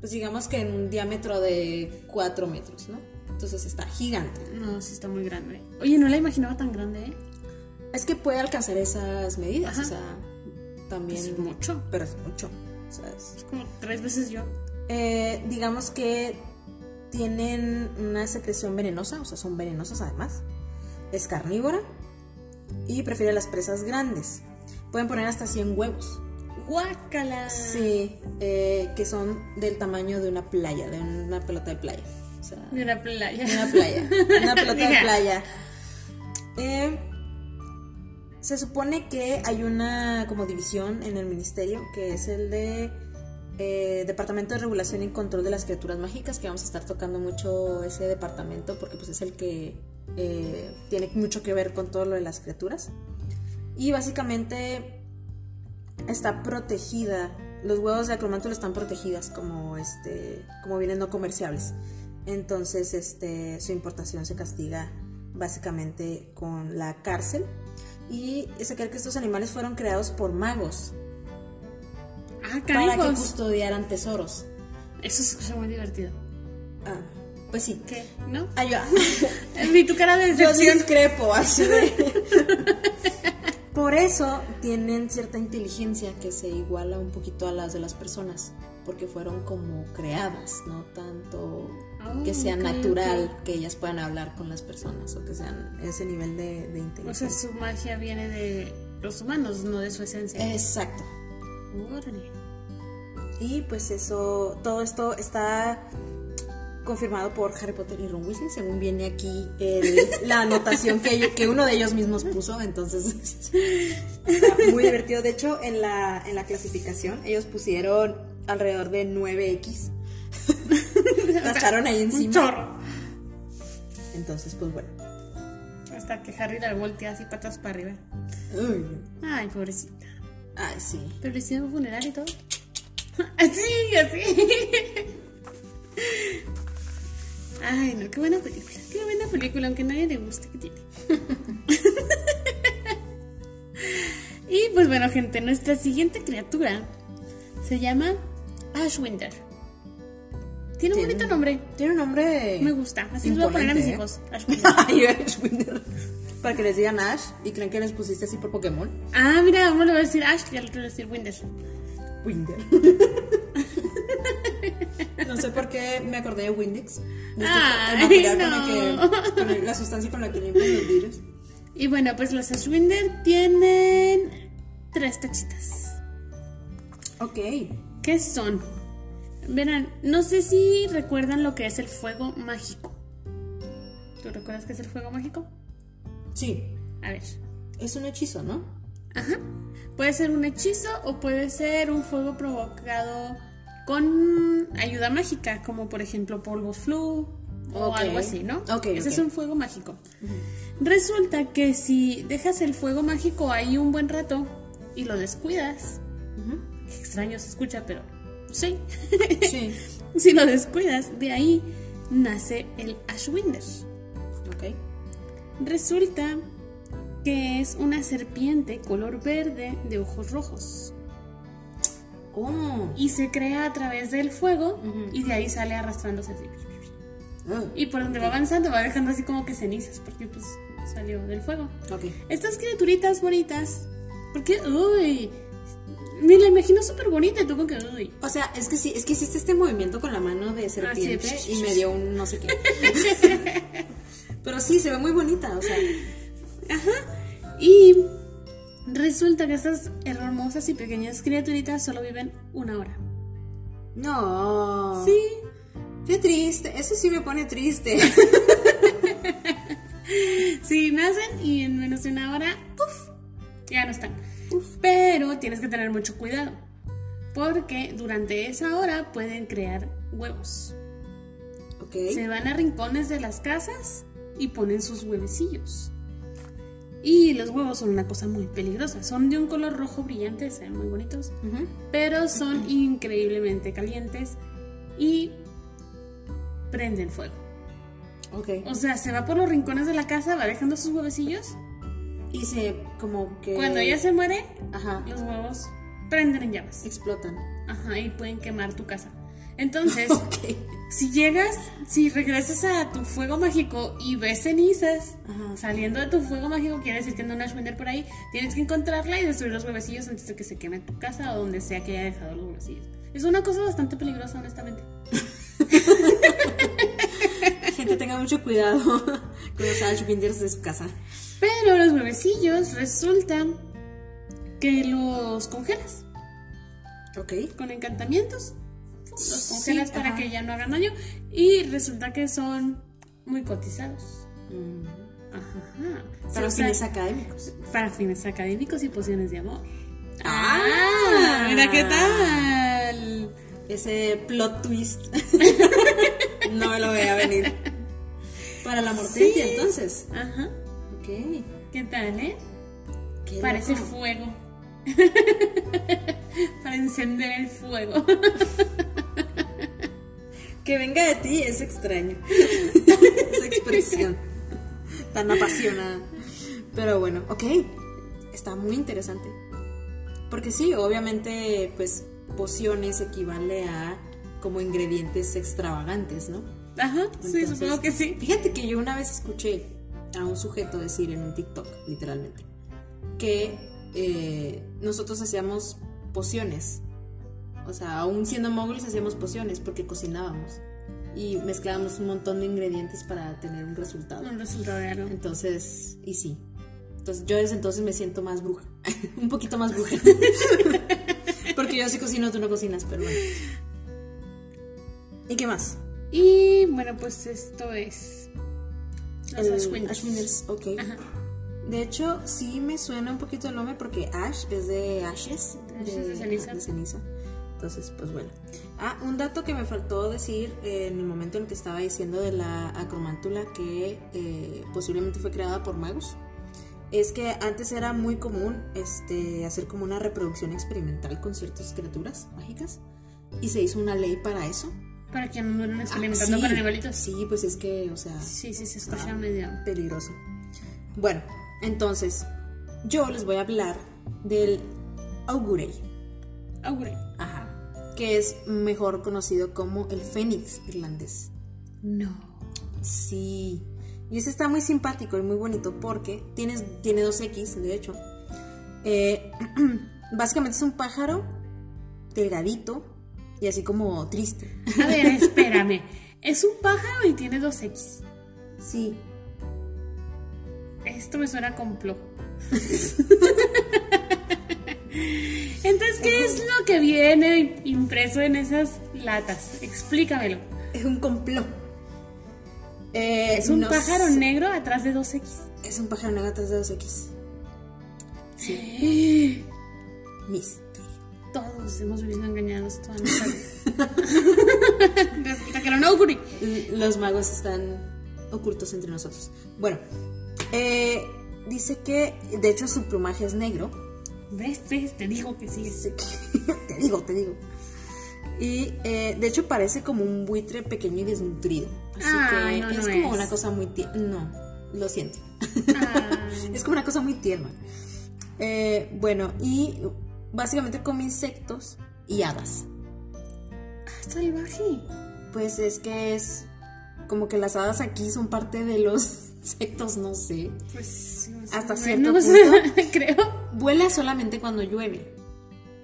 pues digamos que en un diámetro de 4 metros, ¿no? Entonces está gigante. No, sí está muy grande. Oye, no la imaginaba tan grande, ¿eh? Es que puede alcanzar esas medidas, Ajá. Pues o sea, también... Es mucho. Pero es mucho, o sea, es- Es como tres veces yo. Eh, digamos que tienen una secreción venenosa, o sea, son venenosas además. Es carnívora y prefiere las presas grandes. Pueden poner hasta 100 huevos. ¡Guácala! Sí, eh, que son del tamaño de una playa, de una pelota de playa. O sea, De una playa. de una playa, de una pelota de Diga. playa. Eh, se supone que hay una como división en el ministerio que es el de eh, Departamento de Regulación y Control de las Criaturas Mágicas, que vamos a estar tocando mucho ese departamento porque pues es el que eh, tiene mucho que ver con todo lo de las criaturas. Y básicamente está protegida. Los huevos de acromántula están protegidas como este, como bienes no comerciables. Entonces, este, su importación se castiga básicamente con la cárcel. Y se cree que estos animales fueron creados por magos Ah, para que carajos. custodiaran tesoros. Eso se escucha muy divertido. Ah, pues sí. ¿Qué? ¿No? Ayuda. Eh, Vi tu cara de Yo decepción. discrepo así de- Por eso tienen cierta inteligencia que se iguala un poquito a las de las personas, porque fueron como creadas, no tanto Ah, que sea ok, natural que ellas puedan hablar con las personas o que sean ese nivel de, de O sea, inteligencia. su magia viene de los humanos, no de su esencia. Eh. Exacto. Órale. Y pues eso, todo esto está confirmado por Harry Potter y Ron Weasley, según viene aquí el- la anotación que, ello- que uno de ellos mismos puso, entonces este, está muy divertido. De hecho, en la, en la clasificación ellos pusieron alrededor de 9X. Tacharon ahí Un encima. chorro. Entonces, pues bueno. Hasta que Harry la voltea así patas para arriba. Uy, Ay, pobrecita. Ay, sí. Pero le hicieron un funeral y todo. Así, así. Ay, no, qué buena película. Qué buena película, aunque a nadie le guste que tiene. y pues bueno, gente, nuestra siguiente criatura se llama Ashwinder. Tiene un Tiene- bonito nombre. Tiene un nombre... Me gusta. Así lo voy a poner a mis imponente, ¿eh? hijos. Ashwinder. Ay, Ashwinder. Para que les digan Ash y creen que les pusiste así por Pokémon. Ah, mira, uno le va a decir Ash y al otro le va a decir Winder. Winder. sé por qué me acordé de Windex. De Ay, material no. con, el que, con el- la sustancia con la que limpian los vidrios. Y bueno, pues las Ashwinder tienen tres tachitas. Ok. ¿Qué son? Verán, no sé si recuerdan lo que es el fuego mágico. ¿Tú recuerdas qué es el fuego mágico? Sí. A ver. Es un hechizo, ¿no? Ajá. Puede ser un hechizo o puede ser un fuego provocado con ayuda mágica, como por ejemplo polvo flu o Ok. algo así, ¿no? Ok, Ese ok. es un fuego mágico. Resulta que si dejas el fuego mágico ahí un buen rato y lo descuidas, Ujú. qué extraño se escucha, pero sí, Sí. si lo descuidas, de ahí nace el Ashwinder. Ok. Resulta que es una serpiente color verde de ojos rojos. Oh. y se crea a través del fuego Ujú. y de ahí sale arrastrándose así. Ah, Y por donde va avanzando va dejando así como que cenizas porque pues salió del fuego. Ok. Estas criaturitas bonitas, porque uy, me la imagino súper bonita, y tú con que uy. O sea, es que sí, es que hiciste este movimiento con la mano de serpiente sí. y me dio un no sé qué. Pero sí, se ve muy bonita, o sea. Y resulta que estas hermosas y pequeñas criaturitas solo viven una hora. No. Oh. Sí, Qué triste. Eso sí me pone triste. sí, nacen y en menos de una hora, ¡puf! ya no están. Pero tienes que tener mucho cuidado, porque durante esa hora pueden crear huevos. Ok. Se van a rincones de las casas y ponen sus huevecillos. Y los huevos son una cosa muy peligrosa. Son de un color rojo brillante, se ven muy bonitos, Ujú. pero son increíblemente calientes y prenden fuego. Ok. O sea, se va por los rincones de la casa, va dejando sus huevecillos. Y se como que. Cuando ella se muere, Ajá. los huevos prenden en llamas. Explotan. Ajá, y pueden quemar tu casa. Entonces, Ok. si llegas, si regresas a tu fuego mágico y ves cenizas Ajá. saliendo de tu fuego mágico, quiere decir que anda una Ashwinder por ahí, tienes que encontrarla y destruir los huevecillos antes de que se queme tu casa o donde sea que haya dejado los huevecillos. Es una cosa bastante peligrosa, honestamente. Gente, tenga mucho cuidado con los Ashbinders de su casa. Pero los huevecillos resultan que los congelas Ok. con encantamientos. Los Sí, congelas para ajá. que ya no hagan daño y resulta que son muy cotizados. Mm. Ajá. Para Se fines usan- académicos. para fines académicos y pociones de amor. Ah. mira qué tal. Ese plot twist. no me lo veía venir. Para la Sí. mortentia, entonces. Ajá. Ok. ¿Qué tal, eh? Qué Parece loco. fuego. para encender el fuego. Que venga de ti es extraño. Esa expresión tan apasionada. Pero bueno, ok. Está muy interesante. Porque sí, obviamente, pues pociones equivale a como ingredientes extravagantes, ¿no? Ajá. sí, Entonces, supongo que sí. Fíjate que yo una vez escuché a un sujeto decir en un TikTok, literalmente, que eh, nosotros hacíamos pociones. O sea, aún siendo moguls hacíamos pociones porque cocinábamos y mezclábamos un montón de ingredientes para tener un resultado. Un resultado de algo. Entonces, y sí. Entonces, yo desde entonces me siento más bruja. un poquito más bruja. porque yo sí cocino, tú no cocinas, pero bueno. ¿Y qué más? Y bueno, pues esto es. Los El Ashwinders. Ashwinders, ok. Ajá. De hecho, sí me suena un poquito el nombre porque Ash es de Ashes. Ashes de ceniza. de ceniza. Entonces, pues bueno. Ah, un dato que me faltó decir eh, en el momento en el que estaba diciendo de la acromántula que eh, posiblemente fue creada por magos. Es que antes era muy común este, hacer como una reproducción experimental con ciertas criaturas mágicas y se hizo una ley para eso. Para que no anden Ah, experimentando sí. con animalitos. Sí, pues es que, o sea, Sí, sí, se escucha medio. peligroso. Bueno, entonces yo les voy a hablar del Augurei, Augure. ajá, que es mejor conocido como el fénix irlandés. No. Sí. Y ese está muy simpático y muy bonito porque tienes, tiene dos X, de hecho. Eh, básicamente es un pájaro delgadito, y así como triste. A ver, espérame. Es un pájaro y tiene dos X. Sí, Esto me suena a complot. Entonces, ¿qué es lo que viene impreso en esas latas? Explícamelo. es un complot. Es un pájaro negro. negro atrás de dos X. Es un pájaro negro atrás de dos X. Sí, misterio. Todos hemos vivido engañados toda nuestra vida. Resulta que no, no ocurrió. L- Los magos están ocultos entre nosotros. Bueno, eh, dice que de hecho su plumaje es negro. ¿Ves? ¿Ves? Te digo que sí. Dice que- te digo, te digo. Y eh, de hecho parece como un buitre pequeño y desnutrido. Así Ay, que no, es no como es. una cosa muy tierna. No, lo siento. Ah, Es como una cosa muy tierna. Eh, bueno, y básicamente come insectos y hadas. ah, salvaje. Pues es que es como que las hadas aquí son parte de los insectos, no sé. Pues sí, más Hasta o cierto menos. punto. Creo. Vuela solamente cuando llueve.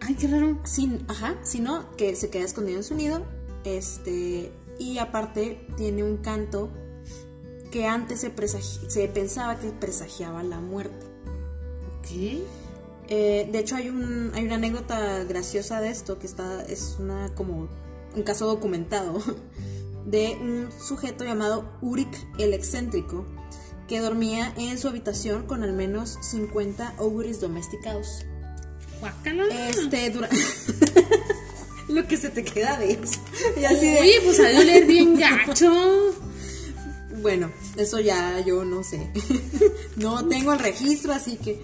Ay, qué raro. Sin, ajá, sino que se queda escondido en su nido. Este, y aparte tiene un canto que antes se, presagi- se pensaba que presagiaba la muerte. ¿Qué? Eh, de hecho, hay, un, hay una anécdota graciosa de esto que está, es una como un caso documentado de un sujeto llamado Urik el excéntrico que dormía en su habitación con al menos 50 ogres domesticados. Guácala. Este, dura- Lo que se te queda de ellos. Y así de- Oye, pues ha de oler bien gacho. Bueno, eso ya yo no sé. no tengo el registro, así que.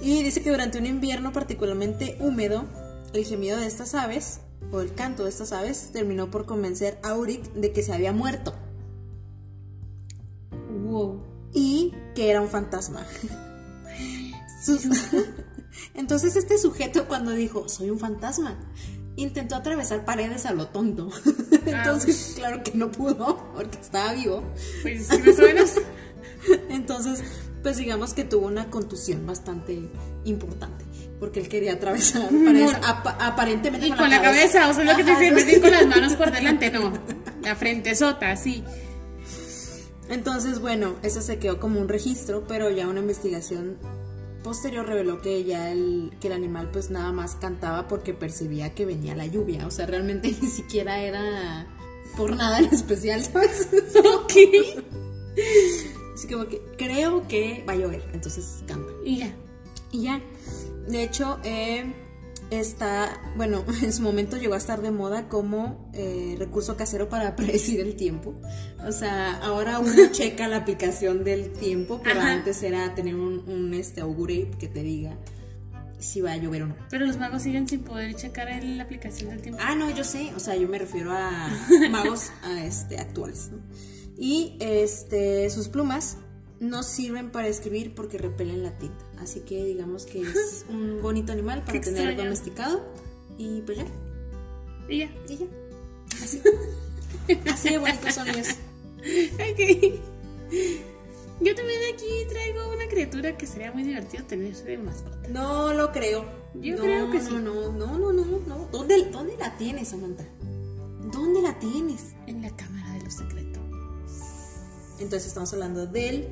Y dice que durante un invierno particularmente húmedo, el gemido de estas aves, o el canto de estas aves, terminó por convencer a Uric de que se había muerto Wow. y que era un fantasma. Sus- Entonces este sujeto cuando dijo, soy un fantasma, intentó atravesar paredes a lo tonto. Entonces, claro que no pudo, porque estaba vivo. Pues sí, más o menos. Entonces, pues digamos que tuvo una contusión bastante importante, porque él quería atravesar paredes, apa- aparentemente Mm. Y con la cabeza, o sea, lo que te Ajá, sirve entonces- meter con las manos por delante, no. La frente sota, sí. Entonces, bueno, eso se quedó como un registro, pero ya una investigación posterior reveló que ya el, que el animal pues nada más cantaba porque percibía que venía la lluvia, o sea, realmente ni siquiera era por nada en especial, ¿sabes? Ok. Así como que creo que va a llover, entonces canta. Y ya. Y ya. De hecho, eh, está, bueno, en su momento llegó a estar de moda como eh, recurso casero para predecir el tiempo. O sea, ahora uno checa la aplicación del tiempo, pero Ajá. antes era tener un, un, este augure que te diga si va a llover o no. Pero los magos siguen sin poder checar el- la aplicación del tiempo. Ah, no, yo sé, o sea, yo me refiero a magos a, este, actuales. ¿no? Y este, sus plumas no sirven para escribir porque repelen la tinta. Así que digamos que es un bonito animal para Qué tener extraño. domesticado. Y pues ya, Y ya. y ya. Así. Así de bonitos son ellos. Ok. Yo también aquí traigo una criatura que sería muy divertido tener de mascota. No lo creo. Yo No, creo que no, sí. No, no, no, no, no. ¿Dónde, ¿Dónde la tienes, Samantha? ¿Dónde la tienes? En la cámara de los secretos. Entonces estamos hablando del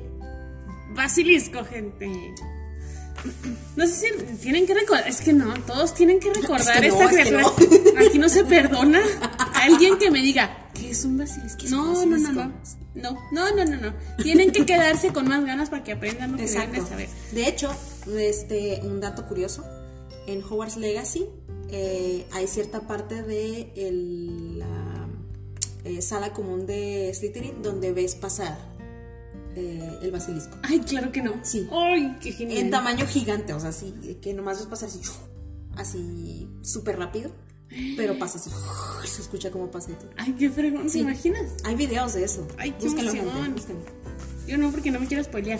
Basilisco, gente. No sé si tienen que recordar, es que no, todos tienen que recordar no, esta es que criatura. Aquí no se perdona. Alguien que me diga, ¿qué es un basilisco? ¿Qué es no, un no, no, no. No, no, no, no, no. Tienen que quedarse con más ganas para que aprendan lo que deben de Exacto. saber. De hecho, este, un dato curioso, en Hogwarts Legacy eh, hay cierta parte de el- la eh, sala común de Slytherin donde ves pasar eh, el basilisco. Ay, claro que no. Sí. Ay, qué En genial. tamaño gigante, o sea, así, eh, que nomás ves pasar así, ¡uf! así súper rápido, pero pasa así, ¡uf! se escucha como pasa y todo. Ay, qué fregón, ¿te Sí. imaginas? Hay videos de eso. Ay, qué Búsquenlo, emoción. gente, búsquenlo. Yo no, porque no me quiero spoilear.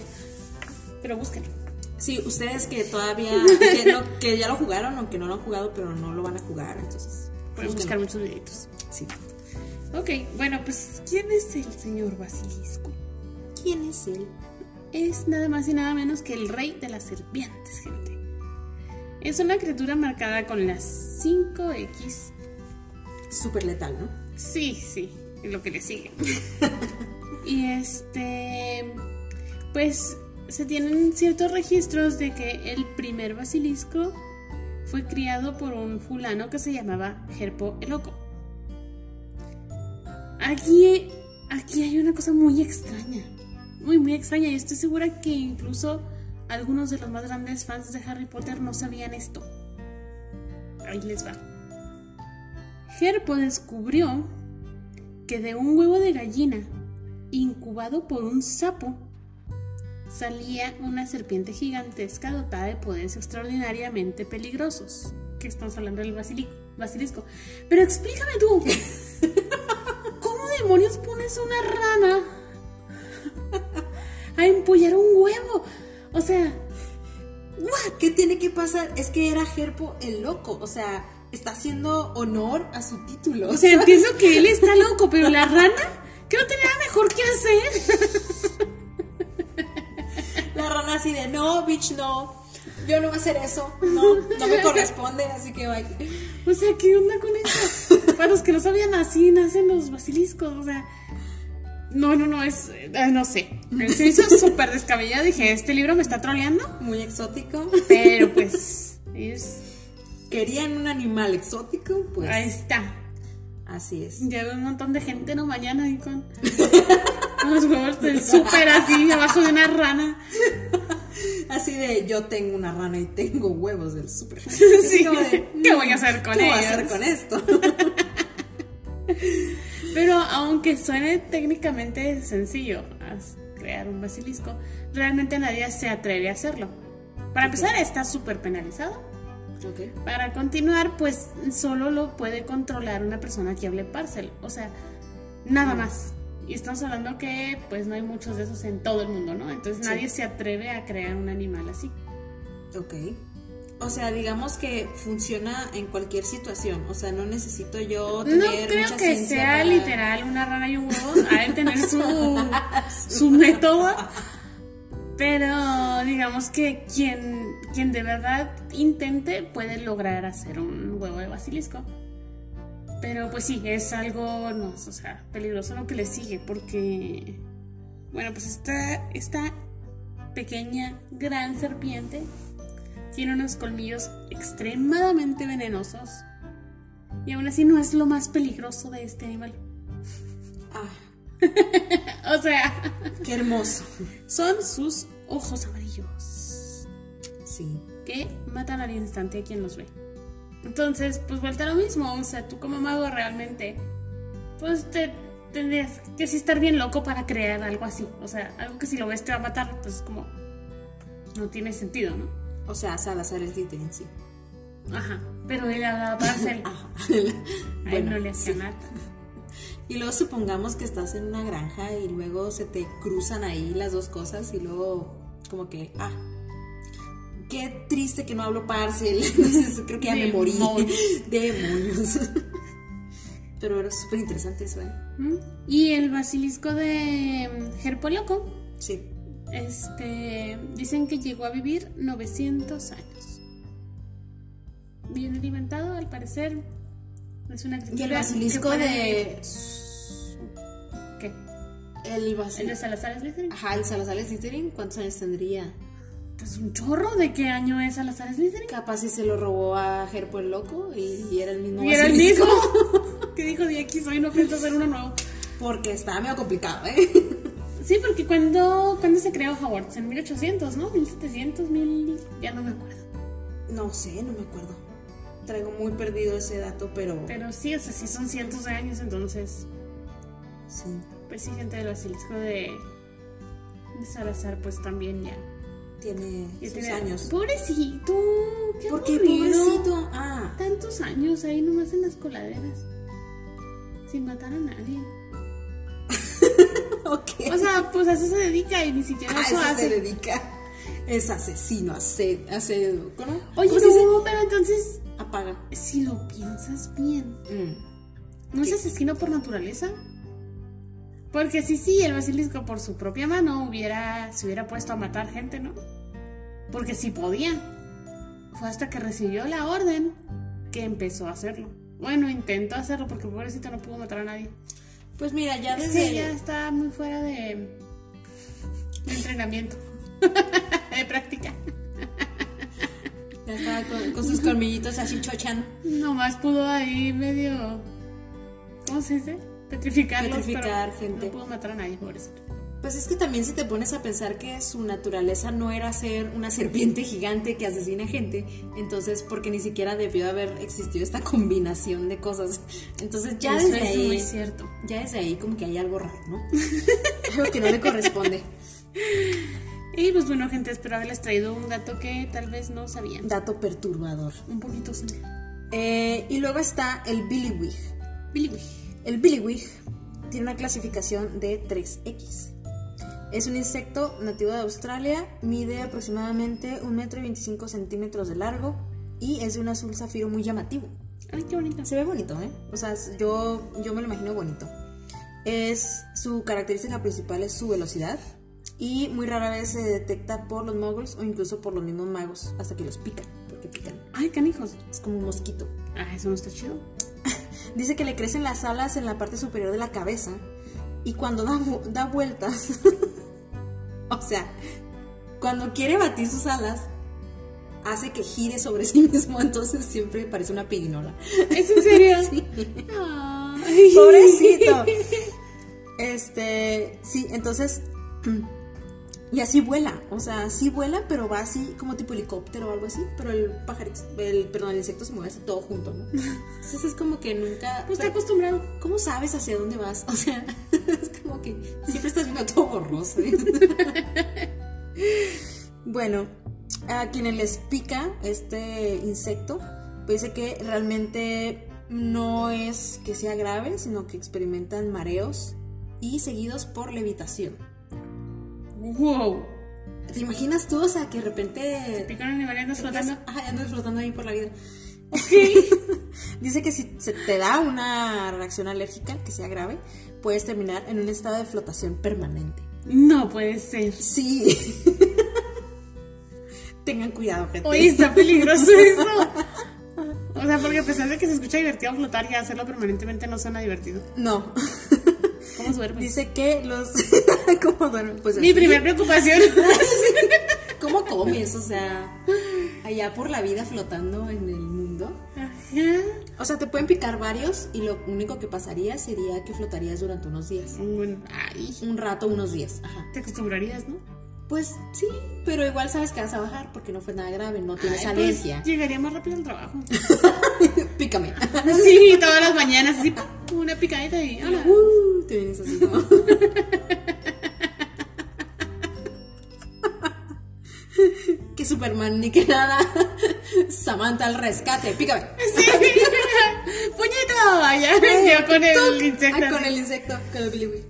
Pero búscalo. Sí, ustedes que todavía, que, no- que ya lo jugaron o que no lo han jugado, pero no lo van a jugar, entonces. Pueden buscar búsquenlo. muchos videitos. Sí. Ok, bueno, pues, ¿quién es el señor Basilisco? ¿Quién es él? es nada más y nada menos que el rey de las serpientes, gente. Es una criatura marcada con las 5X súper letal, ¿no? Sí, sí, es lo que le sigue. y este, pues se tienen ciertos registros de que el primer basilisco fue criado por un fulano que se llamaba Gerpo el Loco. Aquí, aquí hay una cosa muy extraña, muy, muy extraña. Y estoy segura que incluso algunos de los más grandes fans de Harry Potter no sabían esto. Ahí les va. Gerpo descubrió que de un huevo de gallina incubado por un sapo salía una serpiente gigantesca dotada de poderes extraordinariamente peligrosos. Que estamos hablando del basilico, basilisco. Pero explícame tú, ¿cómo demonios pones una rana a empollar un huevo? O sea, ¿What? ¿Qué tiene que pasar? Es que era Gerpo el loco, o sea, está haciendo honor a su título. o sea, entiendo que él está loco, pero la rana, que no tenía nada mejor que hacer. La rana así de, no, bitch, no, yo no voy a hacer eso, no, no me corresponde, así que vaya. O sea, ¿qué onda con eso? Para los que no sabían, así nacen los basiliscos, o sea. No, no, no, es. eh, No sé. Se hizo súper descabellado. Dije, este libro me está troleando. Muy exótico. Pero pues. es- ¿Querían un animal exótico? Pues ahí está. así es. Ya veo un montón de gente, ¿no? Mañana ahí con. con Los huevos del súper así, abajo de una rana. Así de, yo tengo una rana y tengo huevos del súper. Sí, Es como de, mm, ¿qué voy a hacer con ¿Qué voy a ellos? hacer con esto? Pero aunque suene técnicamente sencillo as- crear un basilisco, realmente nadie se atreve a hacerlo. Para empezar, está súper penalizado. Ok. Para continuar, pues solo lo puede controlar una persona que hable parcel. O sea, nada más. Y estamos hablando que pues no hay muchos de esos en todo el mundo, ¿no? Entonces Sí. nadie se atreve a crear un animal así. Ok. O sea, digamos que funciona en cualquier situación. O sea, no necesito yo tener No creo mucha que ciencia sea para- literal una rana y un huevo, a él tener su, su método, pero digamos que quien, quien de verdad intente puede lograr hacer un huevo de basilisco. Pero pues sí, es algo, no, o sea, peligroso lo que le sigue, porque, bueno, pues esta, esta pequeña gran serpiente tiene unos colmillos extremadamente venenosos y aún así no es lo más peligroso de este animal. Ah, O sea, qué hermoso. son sus ojos amarillos Sí. que matan al instante a quien los ve. Entonces, pues vuelta a lo mismo. O sea, tú como mago realmente, pues te tendrías que sí estar bien loco para crear algo así. O sea, algo que si lo ves te va a matar, pues es como no tiene sentido, ¿no? O sea, Salazar el títere en sí. Ajá. Pero él hablaba para hacer. Ajá. A él Ah, bueno, no le hacía sí. nada. Y luego supongamos que estás en una granja y luego se te cruzan ahí las dos cosas y luego como que, ah, qué triste que no hablo parcel. Creo que ya me morí. Demonios. Demonios. Pero era súper interesante eso, ¿eh? ¿Mm? Y el basilisco de mm, Gerpo Loco, Sí. Este, dicen que llegó a vivir 900 años. Bien alimentado, al parecer. Es una Y criatura el que basilisco puede- de... ¿Qué? El ¿El de basilisco... Salazar Slytherin? Ah, Ajá, el Salazar Slytherin, ¿cuántos años tendría? Pues un chorro. ¿De qué año es Salazar Slytherin? Capaz si se lo robó a Gerpo el Loco y, y era el mismo Y era el basilisco. mismo. que dijo de aquí soy, no pienso hacer uno nuevo. Porque estaba medio complicado, ¿eh? Sí, porque cuando, cuando se creó Hogwarts, en 1800, ¿no? 1700, 1000, ya no me acuerdo. No sé, no me acuerdo. Traigo muy perdido ese dato, pero... Pero sí, o sea, sí son cientos de años, entonces Sí. Pues sí, gente del basilisco de, de Salazar, pues también ya. Tiene ya sus tiene- años. Pobrecito, qué Porque aburrido. pobrecito... Ah, Tantos años ahí nomás en las coladeras. Sin matar a nadie. ok. O sea, pues a eso se dedica y ni siquiera A eso Ah, eso se hace. dedica. Es asesino, hace... hace ¿Cómo? ¿Cómo Oye, pero, se dice? pero entonces, Apaga. si lo piensas bien, Mm. ¿no es asesino por naturaleza? Porque si sí, el basilisco por su propia mano hubiera, se hubiera puesto a matar gente, ¿no? Porque sí podía. Fue hasta que recibió la orden que empezó a hacerlo. Bueno, intentó hacerlo porque pobrecito no pudo matar a nadie. Pues mira, ya Es desde que ya el- está muy fuera de, de entrenamiento, de práctica. ya estaba con, con sus colmillitos así chochando. Nomás pudo ahí medio. ¿Cómo se dice? Petrificarlos. Petrificar pero gente. No pudo matar a nadie, pobrecito. Pues es que también si te pones a pensar que su naturaleza no era ser una serpiente gigante que asesina gente, entonces porque ni siquiera debió haber existido esta combinación de cosas. Entonces ya Eso desde es ahí, muy cierto. ya desde ahí como que hay algo raro, ¿no? algo que no le corresponde. Y pues bueno, gente, espero haberles traído un dato que tal vez no sabían. Dato perturbador. Un poquito sí. Eh, y luego está el Billywig. Biliwig. El Billywig tiene una clasificación de 3X. Es un insecto nativo de Australia, mide aproximadamente 1,25 metro y 25 centímetros de largo y es de un azul zafiro muy llamativo. Ay, qué bonito. Se ve bonito, ¿eh? O sea, s- yo, yo me lo imagino bonito. Es, su característica principal es su velocidad y muy rara vez se detecta por los muggles o incluso por los mismos magos hasta que los pican, porque pican. Ay, canijos. Es como un mosquito. Ah, eso no está chido. Dice que le crecen las alas en la parte superior de la cabeza y cuando da, vu- da vueltas, o sea, cuando quiere batir sus alas, hace que gire sobre sí mismo, entonces siempre parece una pirinola. ¿Es en serio? Sí. Ay. Pues Pobrecito. Este, sí, entonces, y así vuela, o sea, sí vuela, pero va así como tipo helicóptero o algo así, pero el pajarito, el, perdón, el insecto se mueve así todo junto, ¿no? Entonces es como que nunca... No Pues está acostumbrado. ¿Cómo sabes hacia dónde vas? O sea, es como que siempre estás viendo todo borroso. ¿eh? bueno, a quienes les pica este insecto, pues dice que realmente no es que sea grave, sino que experimentan mareos y seguidos por levitación. Wow. ¿Te imaginas tú? O sea, que de Se repente... picaron y variandas flotando. Ah, andas flotando ahí por la vida. Dice que si se te da una reacción alérgica que sea grave, puedes terminar en un estado de flotación permanente. No puede ser. Sí. Tengan cuidado, gente. Oye, está peligroso eso. O sea, porque a pesar de que se escucha divertido flotar, ya hacerlo permanentemente no suena divertido. No. ¿Cómo duerme? Dice que los. ¿Cómo duermen? Pues Mi así. primer preocupación. ¿Cómo comes? O sea, allá por la vida flotando en el mundo. Ajá. O sea, te pueden picar varios y lo único que pasaría sería que flotarías durante unos días. Bueno, ay. Un rato, unos días. Ajá. Te acostumbrarías, ¿no? Pues sí, pero igual sabes que vas a bajar porque no fue nada grave, no tienes Ay, pues, alergia. llegaría más rápido al trabajo. Pícame. Sí, todas las mañanas, así, ¡pum! una picadita y hola. Uh, te vienes así como. que Superman ni que nada. Samantha al rescate, pícame. Sí. ¡Puñito! Allá yo con el ¡Tuc! insecto. Ah, con así. el insecto, con el biliwi.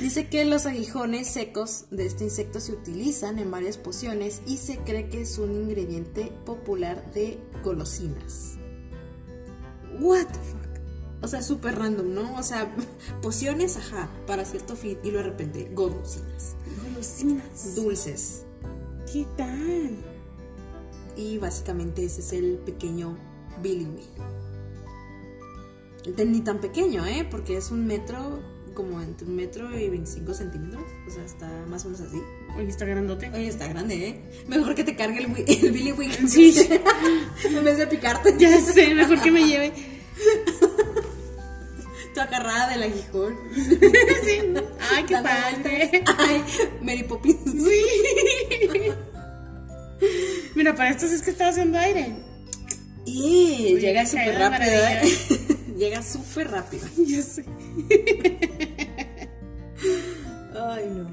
Dice que los aguijones secos de este insecto se utilizan en varias pociones y se cree que es un ingrediente popular de golosinas. What the fuck? O sea, súper random, ¿no? O sea, pociones, ajá, para cierto fin y luego de repente golosinas. Golosinas. dulces. ¿Qué tal? Y básicamente ese es el pequeño Billy Wee. De- Ni tan pequeño, ¿eh? Porque es un metro, como entre un metro y 25 centímetros. O sea, está más o menos así. Oye, está grandote. Oye, está grande, ¿eh? Mejor que te cargue el, Wi- el Billy Wee. Sí. en vez de picarte. Ya sé, mejor que me lleve. Tú agarrada del aguijón. Sí. Ay, qué dando padre. vueltas. Ay, Mary Poppins. Sí. Mira, para esto sí es que estaba haciendo aire. Y Oye, llega qué súper caída rápido, ¿eh? llega súper rápido. Ya sé. Ay, no.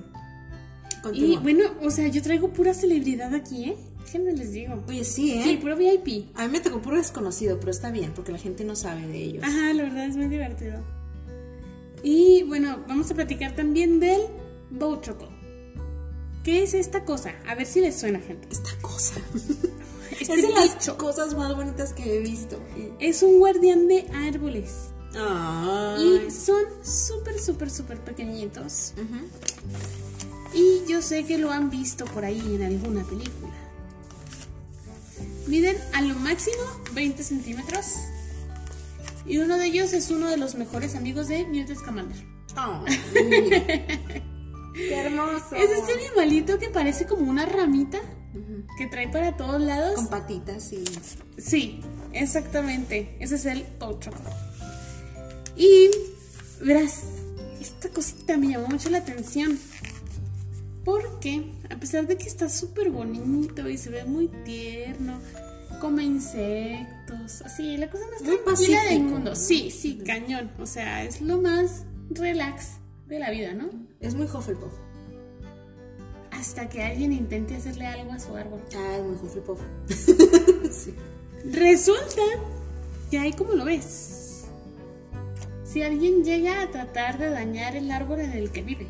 Y Continúa. bueno, o sea, yo traigo pura celebridad aquí, ¿eh? ¿Qué me les digo? Oye, sí, ¿eh? Sí, puro VIP. A mí me tocó puro desconocido, pero está bien, porque la gente no sabe de ellos. Ajá, la verdad es muy divertido. Y bueno, vamos a platicar también del Boutroco. ¿Qué es esta cosa? A ver si les suena, gente. Esta cosa. Este es de las bicho cosas más bonitas que he visto. Y- es un guardián de árboles. Ay. Y son súper, súper, súper pequeñitos. Ujú. Y yo sé que lo han visto por ahí en alguna película. Miden a lo máximo 20 centímetros. Y uno de ellos es uno de los mejores amigos de Newt Scamander. Oh, mira. Qué hermoso. Es este animalito que parece como una ramita Ujú. que trae para todos lados. Con patitas y. Sí, exactamente. Ese es el Pouchocor. Y verás, esta cosita me llamó mucho la atención. Porque a pesar de que está súper bonito y se ve muy tierno, come insectos, así, la cosa más Muy tranquila del pacífico, mundo. ¿no? Sí, sí, cañón. O sea, es lo más relax de la vida, ¿no? Es muy Hufflepuff. Hasta que alguien intente hacerle algo a su árbol. Ah, es muy Hufflepuff. sí. Resulta que ahí como lo ves. Si alguien llega a tratar de dañar el árbol en el que vive,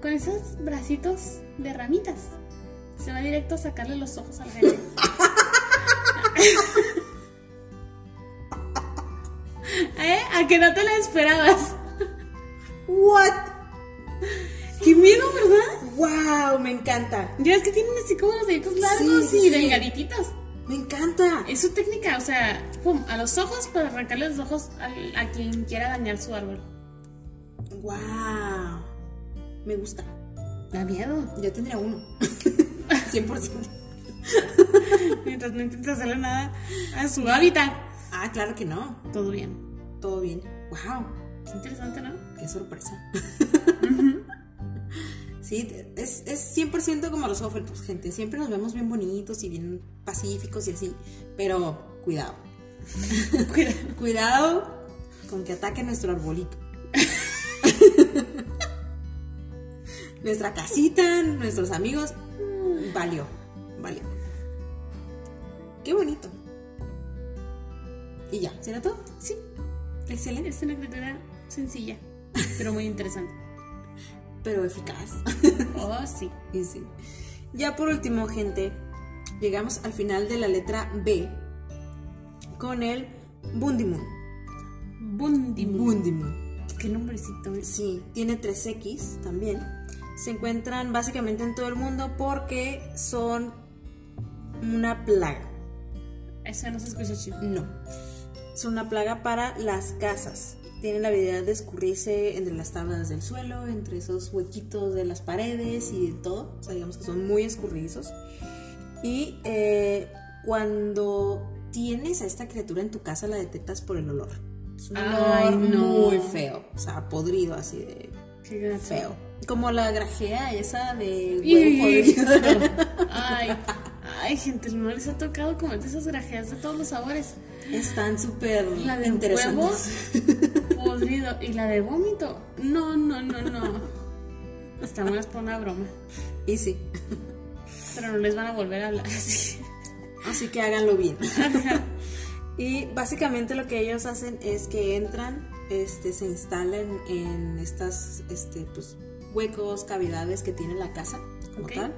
con esos bracitos de ramitas, se va directo a sacarle los ojos a la gente. ¿Eh? A que no te la esperabas. ¿What? Qué miedo, ¿verdad? ¡Wow! Me encanta. Ya es que tienen así como los deditos largos Sí, y sí. delgaditos. Me encanta. Es su técnica, o sea, pum, a los ojos para arrancarle los ojos al- a, quien quiera dañar su árbol. ¡Wow! Me gusta. Da miedo. Yo tendría uno. 100%. Mientras no intentes hacerle nada a su hábitat. Ah, claro que no. Todo bien. Todo bien. ¡Wow! Es interesante, ¿no? ¡Qué sorpresa! Sí, es, es 100% como los Hufflepuffs, gente. Siempre nos vemos bien bonitos y bien pacíficos y así. Pero cuidado. Cuidado. Cuidado con que ataque nuestro arbolito. Nuestra casita, nuestros amigos. mm, Valió, valió. Qué bonito. Y ya, ¿será todo? Sí, Excelente, es una criatura sencilla, pero muy interesante. pero eficaz. Oh, sí. Y sí. Ya por último, gente, llegamos al final de la letra B con el Bundimun. Bundimun. Bundimun. Qué nombrecito es. Sí, tiene 3X también. Se encuentran básicamente en todo el mundo porque son una plaga. Eso no se escucha chido. No. Son una plaga para las casas. Tienen la habilidad de escurrirse entre las tablas del suelo, entre esos huequitos de las paredes y de todo. O sea, digamos que son muy escurridizos. Y eh, cuando tienes a esta criatura en tu casa, la detectas por el olor. Es un Ay, olor no. muy feo. O sea, podrido así de Qué gato. feo. Como la grajea esa de huevo Y- podrido. Ay, ay, gente, no les ha tocado comer esas grajeas de todos los sabores. Están súper La de huevo interesantes. podrido y la de vómito. No, no, no, no. Está buenas por una broma. Y sí. Pero no les van a volver a hablar así. Así que háganlo bien. y básicamente lo que ellos hacen es que entran, este, se instalan en estas este, pues, huecos, cavidades que tiene la casa como Ok. tal,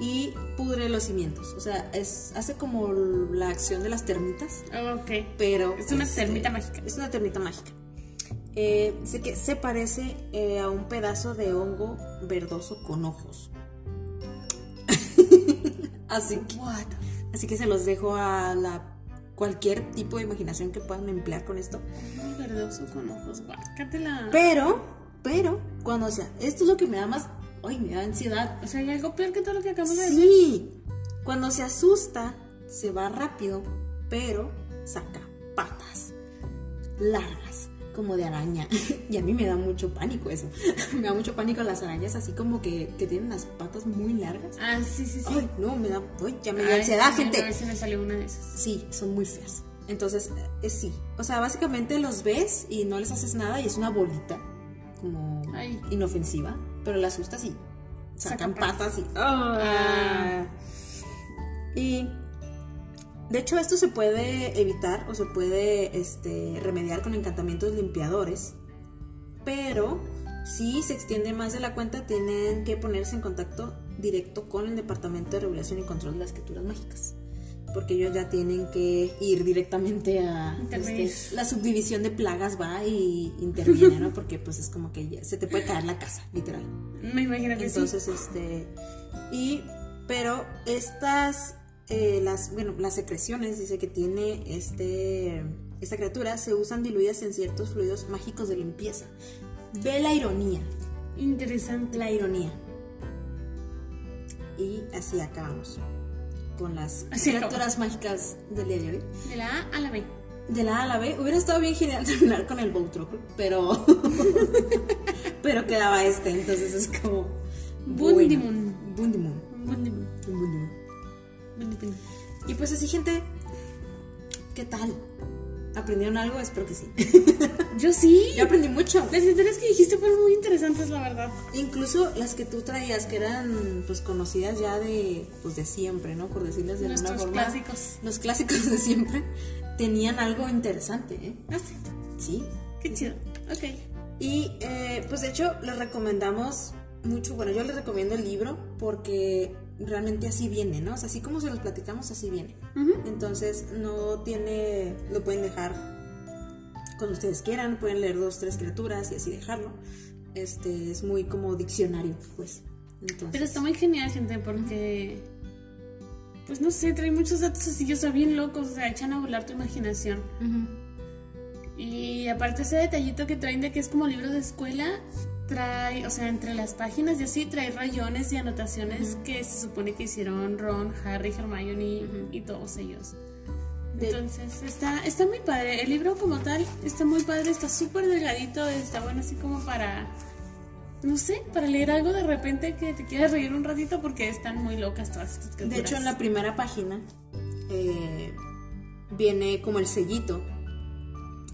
y pudre los cimientos. O sea, es, hace como la acción de las termitas, Ok. pero... este, Es una termita mágica. Es una termita mágica. Eh, dice que se parece eh, a un pedazo de hongo verdoso con ojos. Así que... What? Así que se los dejo a la cualquier tipo de imaginación que puedan emplear con esto. Muy verdoso con ojos. Guácatela. Pero, pero, cuando, o sea, esto es lo que me da más. Ay, me da ansiedad. O sea, hay algo peor que todo lo que acabamos de decir. Sí. Cuando se asusta, se va rápido, pero saca patas largas, como de araña. Y a mí me da mucho pánico eso. Me da mucho pánico las arañas, así como que, que tienen las patas muy largas. Ah, sí, sí, sí. Ay, no, me da. Ay, ya me Ay, da ansiedad, sí, A gente. ver si me salió una de esas. Sí, son muy feas. Entonces, eh, sí. O sea, básicamente los ves y no les haces nada y es una bolita como Ay. inofensiva, pero la asustas y sacan Sacan patas y... ¡Ah! Y de hecho esto se puede evitar o se puede este, remediar con encantamientos limpiadores, pero si se extiende más de la cuenta tienen que ponerse en contacto directo con el Departamento de Regulación y Control de las Criaturas Mágicas, porque ellos ya tienen que ir directamente a Intervenir. este, la subdivisión de plagas va y interviene, ¿no? Porque pues es como que ya se te puede caer la casa, literal. Me imagino que Entonces, este. Y. Pero estas eh, las, bueno, las secreciones, dice que tiene este, esta criatura, se usan diluidas en ciertos fluidos mágicos de limpieza. Ve la ironía, Interesante. la ironía. Y así acabamos con las Así acabamos. criaturas mágicas del día de hoy. De la A a la B. De la A a la B, hubiera estado bien genial terminar con el Boutrocle, pero. pero quedaba este, entonces es como. Bundimun. bueno, Bundimun. Bundimun, un Bundimun. bundimun. Y pues así, gente, ¿qué tal? ¿Aprendieron algo? Espero que sí. Yo sí. Yo aprendí mucho. Las historias que dijiste fueron muy interesantes, la verdad. Incluso las que tú traías, que eran pues conocidas ya de, pues, de siempre, ¿no? Por decirles de alguna Nuestros forma. clásicos. Los clásicos de siempre tenían algo interesante, ¿eh? Ah, sí. Sí. Qué chido. Ok. Y eh, pues de hecho les recomendamos mucho, bueno, yo les recomiendo el libro porque realmente así viene, ¿no? O sea, así como se los platicamos, así viene. Ujú. Entonces no tiene, lo pueden dejar cuando ustedes quieran, pueden leer dos, tres criaturas y así dejarlo. Este es muy como diccionario, pues. Entonces, Pero está muy genial, gente, porque. Pues no sé, trae muchos datos así, yo sea, bien locos, o sea, echan a volar tu imaginación. Ujú. Y aparte ese detallito que traen de que es como libro de escuela, trae, o sea, entre las páginas y así, trae rayones y anotaciones que se supone que hicieron Ron, Harry, Hermione Ujú. y todos ellos. De- Entonces, está, está muy padre. El libro como tal está muy padre, está súper delgadito, está bueno así como para, no sé, para leer algo de repente que te quieras reír un ratito porque están muy locas todas estas criaturas. De hecho, en la primera página eh, viene como el sellito,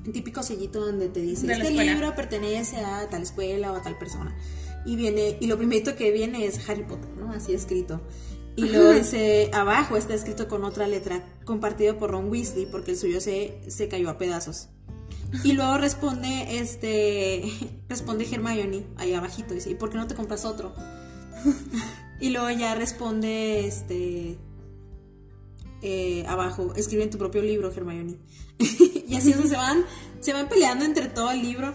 el típico sellito donde te dice, De la este escuela". libro pertenece a tal escuela o a tal persona. Y viene, y lo primerito que viene es Harry Potter, ¿no? Así escrito. Y luego dice, abajo está escrito con otra letra, compartido por Ron Weasley, porque el suyo se, se cayó a pedazos. Y luego responde, este, responde Hermione, ahí abajito, dice, ¿y por qué no te compras otro? Y luego ya responde este eh, abajo, escribe en tu propio libro, Hermione. y así es donde se van, se van peleando entre todo el libro.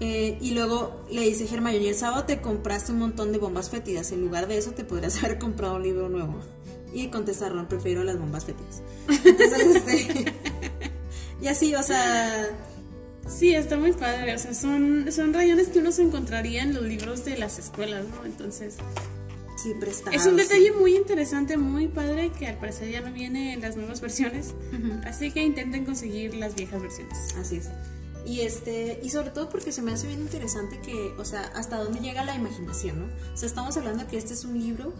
Eh, y luego le dice Hermione, el sábado te compraste un montón de bombas fétidas. En lugar de eso te podrías haber comprado un libro nuevo. Y contesta Ron, prefiero las bombas fétidas. Entonces, este, y así, o sea, Sí, está muy padre. O sea, son, son rayones que uno se encontraría en los libros de las escuelas, ¿no? Entonces, sí, prestado. es un Ah, sí. detalle muy interesante, muy padre, que al parecer ya no viene en las nuevas versiones. Ujú. Así que intenten conseguir las viejas versiones. Así es. Y este, y sobre todo porque se me hace bien interesante que, o sea, hasta dónde llega la imaginación, ¿no? O sea, estamos hablando que este es un libro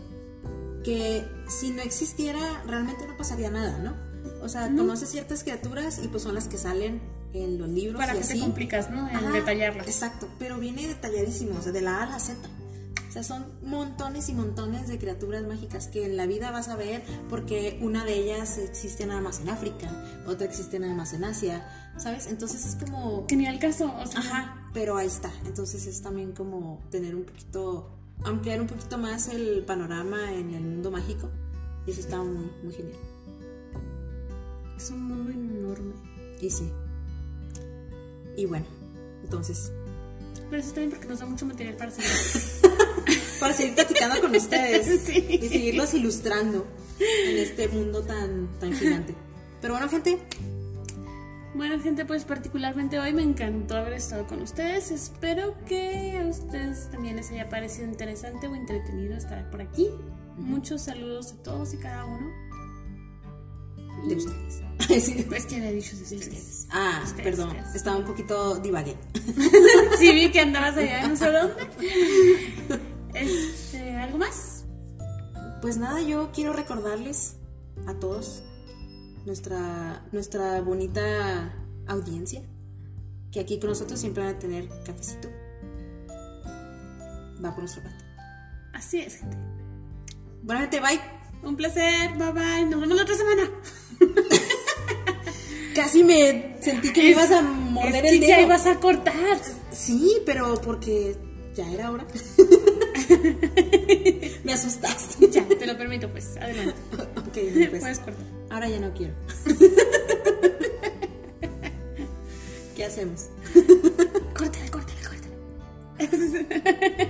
que si no existiera realmente no pasaría nada, ¿no? O sea, No. conoces ciertas criaturas y pues son las que salen en los libros Para y que te así. complicas, ¿no? En Ajá, detallarlas. Exacto, pero viene detalladísimo, o sea, de la A a la Z. O sea, son montones y montones de criaturas mágicas que en la vida vas a ver porque una de ellas existe nada más en África, otra existe nada más en Asia, ¿sabes? Entonces es como... Que ni al caso, o sea, Ajá, pero ahí está. Entonces es también como tener un poquito, ampliar un poquito más el panorama en el mundo mágico. Y eso está muy, muy genial. es un mundo enorme. Y sí. Y bueno, entonces, Pero eso también porque nos da mucho material para seguir. para seguir platicando con ustedes Sí. y seguirlos ilustrando en este mundo tan, tan gigante. Pero bueno, gente, Bueno, gente, pues particularmente hoy me encantó haber estado con ustedes. Espero que a ustedes también les haya parecido interesante o entretenido estar por aquí. Muchos saludos a todos y cada uno. de ustedes. Sí. Pues que había dicho de ustedes. Ah, Ustedes, perdón, ustedes. estaba un poquito divagué. Sí, vi que andabas allá, no sé dónde. Este, ¿Algo más? Pues nada, yo quiero recordarles a todos, nuestra, nuestra bonita audiencia, que aquí con nosotros siempre van a tener cafecito. Va por nuestro parte. Así es, gente. Buena gente, bye. Un placer, bye bye. Nos vemos la otra semana. Casi me sentí que me Es- ibas a morder el es que Este, Ya dedo. ibas a cortar. Sí, pero porque ya era hora. me asustaste. Ya, te lo permito, pues. Adelante. ok, pues, Puedes cortar. ahora ya no quiero. ¿Qué hacemos? Córtala, córtala, córtala.